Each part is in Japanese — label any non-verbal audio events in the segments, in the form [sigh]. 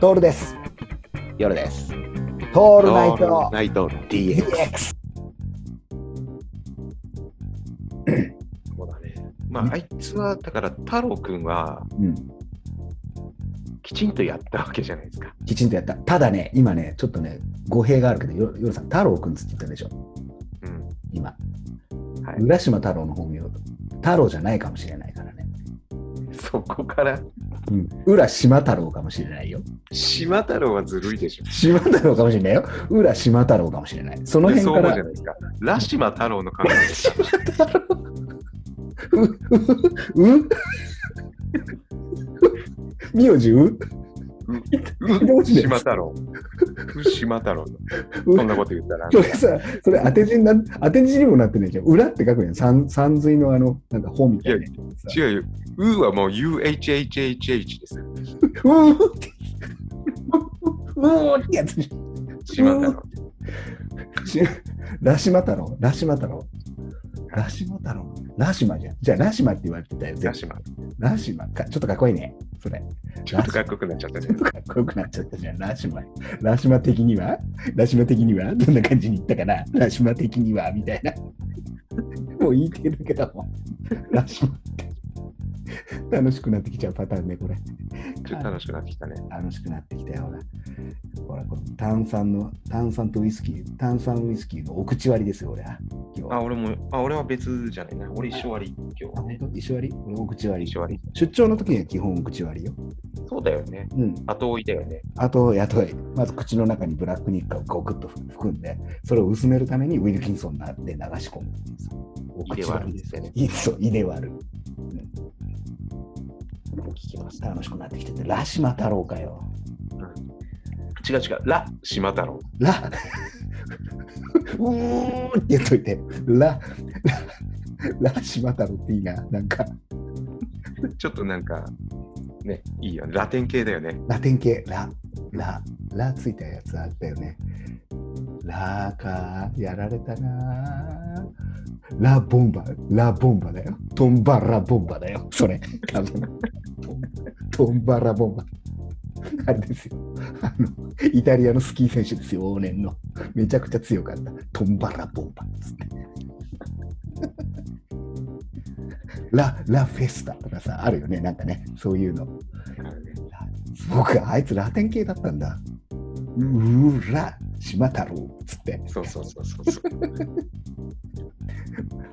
トールです。夜です。トオールナイトナイト DX。 DX。 [coughs] そうだね。まあ、あいつは、だから、太郎くんは、うん、きちんとやったわけじゃないですか。きちんとやった。ただね、今ね、ちょっとね、語弊があるけど、よ夜さん、太郎くんつって言ったでしょ、うん。今。はい浦島太郎の本名、太郎じゃないかもしれないからね。そこから、うん、浦島太郎かもしれないよ。島太郎はずるいでしょ。島太郎かもしれないよ。浦島太郎かもしれない。そのいや辺そうか思うじゃらないですか。ラシマ太郎の考えです [laughs] か。うううう名字うどううして島太郎。う島太郎。うそんなこと言ったら、それさ、それ当て字にな当て字にもなってないじゃん。裏って書くやん。さん山水のあの、なんか本みたいなやつさ。違うよ。うはもう UHHHH ですよ。うーって。うーってやつじゃん。島太郎。ラシマ太郎、ラシマ太郎。ラシマ太郎。ラシマじゃん。じゃあラシマって言われてたよ。ラシマ。ラシマか。ちょっとかっこいいね。それ。ちょっとかっこよくなっちゃったねちょっ。とかっこよくなっちゃったじゃん。ラシマ。ラシマ的にはラシマ的にはどんな感じに言ったかなラシマ的にはみたいな。もう言いてるけども。ラシマって。楽しくなってきちゃうパターンね、これ。ちょっと楽しくなってきたね。楽しくなってきたよ。ほら、ほらこの炭酸の、炭酸とウイスキー、炭酸ウイスキーのお口割りですよ、俺は。今日あ、俺も、あ、俺は別じゃないな。俺一生割り、今あ日は本ね。当一緒割り俺お口割り一。緒割出張の時には基本お口割りよ。り。そうだよね。うん。後追いだよね。あと、雇い。まず口の中にブラックニッカをゴクッと含んで、それを薄めるためにウィルキンソンなで流し込むっていうさ。お入れ口割割りりでですよね。いいそう、いで割る。聞きます。楽しくなってきてて、ラシマ太郎かよ。違う違う。ラ、島太郎。ラうーんって言っといて、ラ、ラ、ラシマ太郎っていいな。なんか、 [laughs] ちょっとなんか、ね、いいよ。ラテン系だよね。ラテン系、ラ、ラ、ラついたやつあったよね。ラか、やられたな。ラボンバ、ラボンバだよ。トンバラボンバだよ。それ、多分。トンバラボンバ。あれですよ。あの、イタリアのスキー選手ですよ、往年の。めちゃくちゃ強かった。トンバラボンバっつって。ラ、ラフェスタとかさ、あるよね、なんかね、そういうの。僕あいつラテン系だったんだ。うーら、島太郎っつって。そうそうそうそうそう。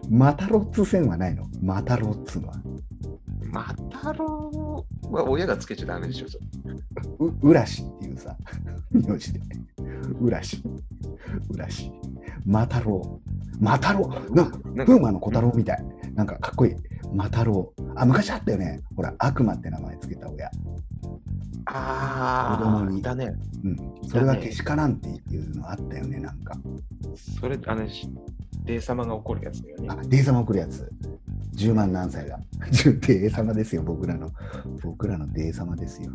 マタロッツ線はないのマタロッツのは。 [laughs]、マタロウは親がつけちゃダメでしょ。そううらしっていうさ、 [laughs] 名字で。うらし。うらし。マタロウ。マタロウ。な、うなプんかーマの小太郎みたい。なんかかっこいい。マタロウ。あ、昔あったよね。ほら、悪魔って名前つけた親。子あ供あ、にいたね。うん。それはけしからんっていうのあったよね、なんか。それ、あの、デイ様が怒るやつだよね。あ、デイ様送るやつ。10万何歳だ。10デイ様ですよ、僕らの。僕らのデイ様ですよ。